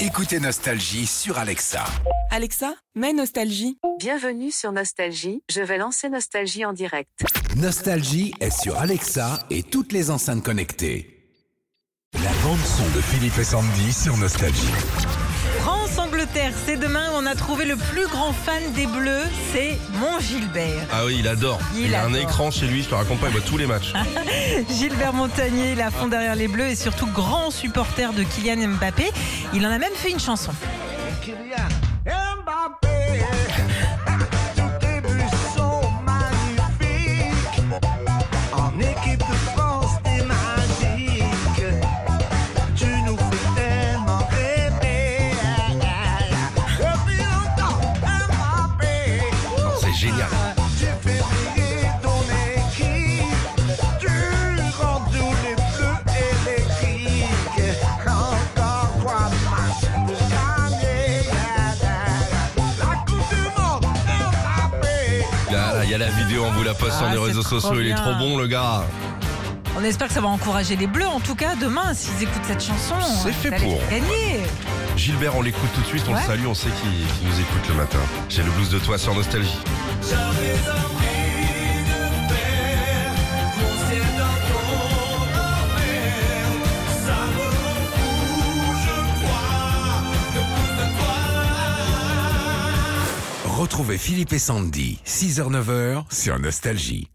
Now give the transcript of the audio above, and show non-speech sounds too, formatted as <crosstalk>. Écoutez Nostalgie sur Alexa. Alexa, mets Nostalgie. Bienvenue sur Nostalgie, je vais lancer Nostalgie en direct. Nostalgie est sur Alexa et toutes les enceintes connectées. La bande-son de Philippe et Sandy sur Nostalgie. France-Angleterre, c'est demain. On a trouvé le plus grand fan des Bleus, c'est mon Gilbert. Ah oui, il adore. Il Il, a un adore. Ah. écran chez lui, je te raconte pas, il voit tous les matchs. Gilbert Montagnier, la fond derrière les Bleus et surtout grand supporter de Kylian Mbappé. Il en a même fait une chanson. Kylian Mbappé. <laughs> Tes buts sont magnifiques. En équipe de France, t'es magique. Tu nous fais tellement rêver. Depuis longtemps, Mbappé. C'est génial. Tu fais briller ton équipe. Tu rends tous les bleus électriques. Encore trois matchs pour gagner. La Coupe du Monde, Mbappé. Là, il y a la vidéo, on vous la poste sur Ah, les c'est réseaux trop sociaux, il est bien. trop bon le gars. On espère que ça va encourager les Bleus. En tout cas, demain, s'ils écoutent cette chanson, C'est fait ça les pour. fait gagner. Gilbert, on l'écoute tout de suite, on Ouais. le salue, on sait qu'il qu'il nous écoute le matin. J'ai le blues de toi sur Nostalgie. Retrouvez Philippe et Sandy, 6h-9h sur Nostalgie.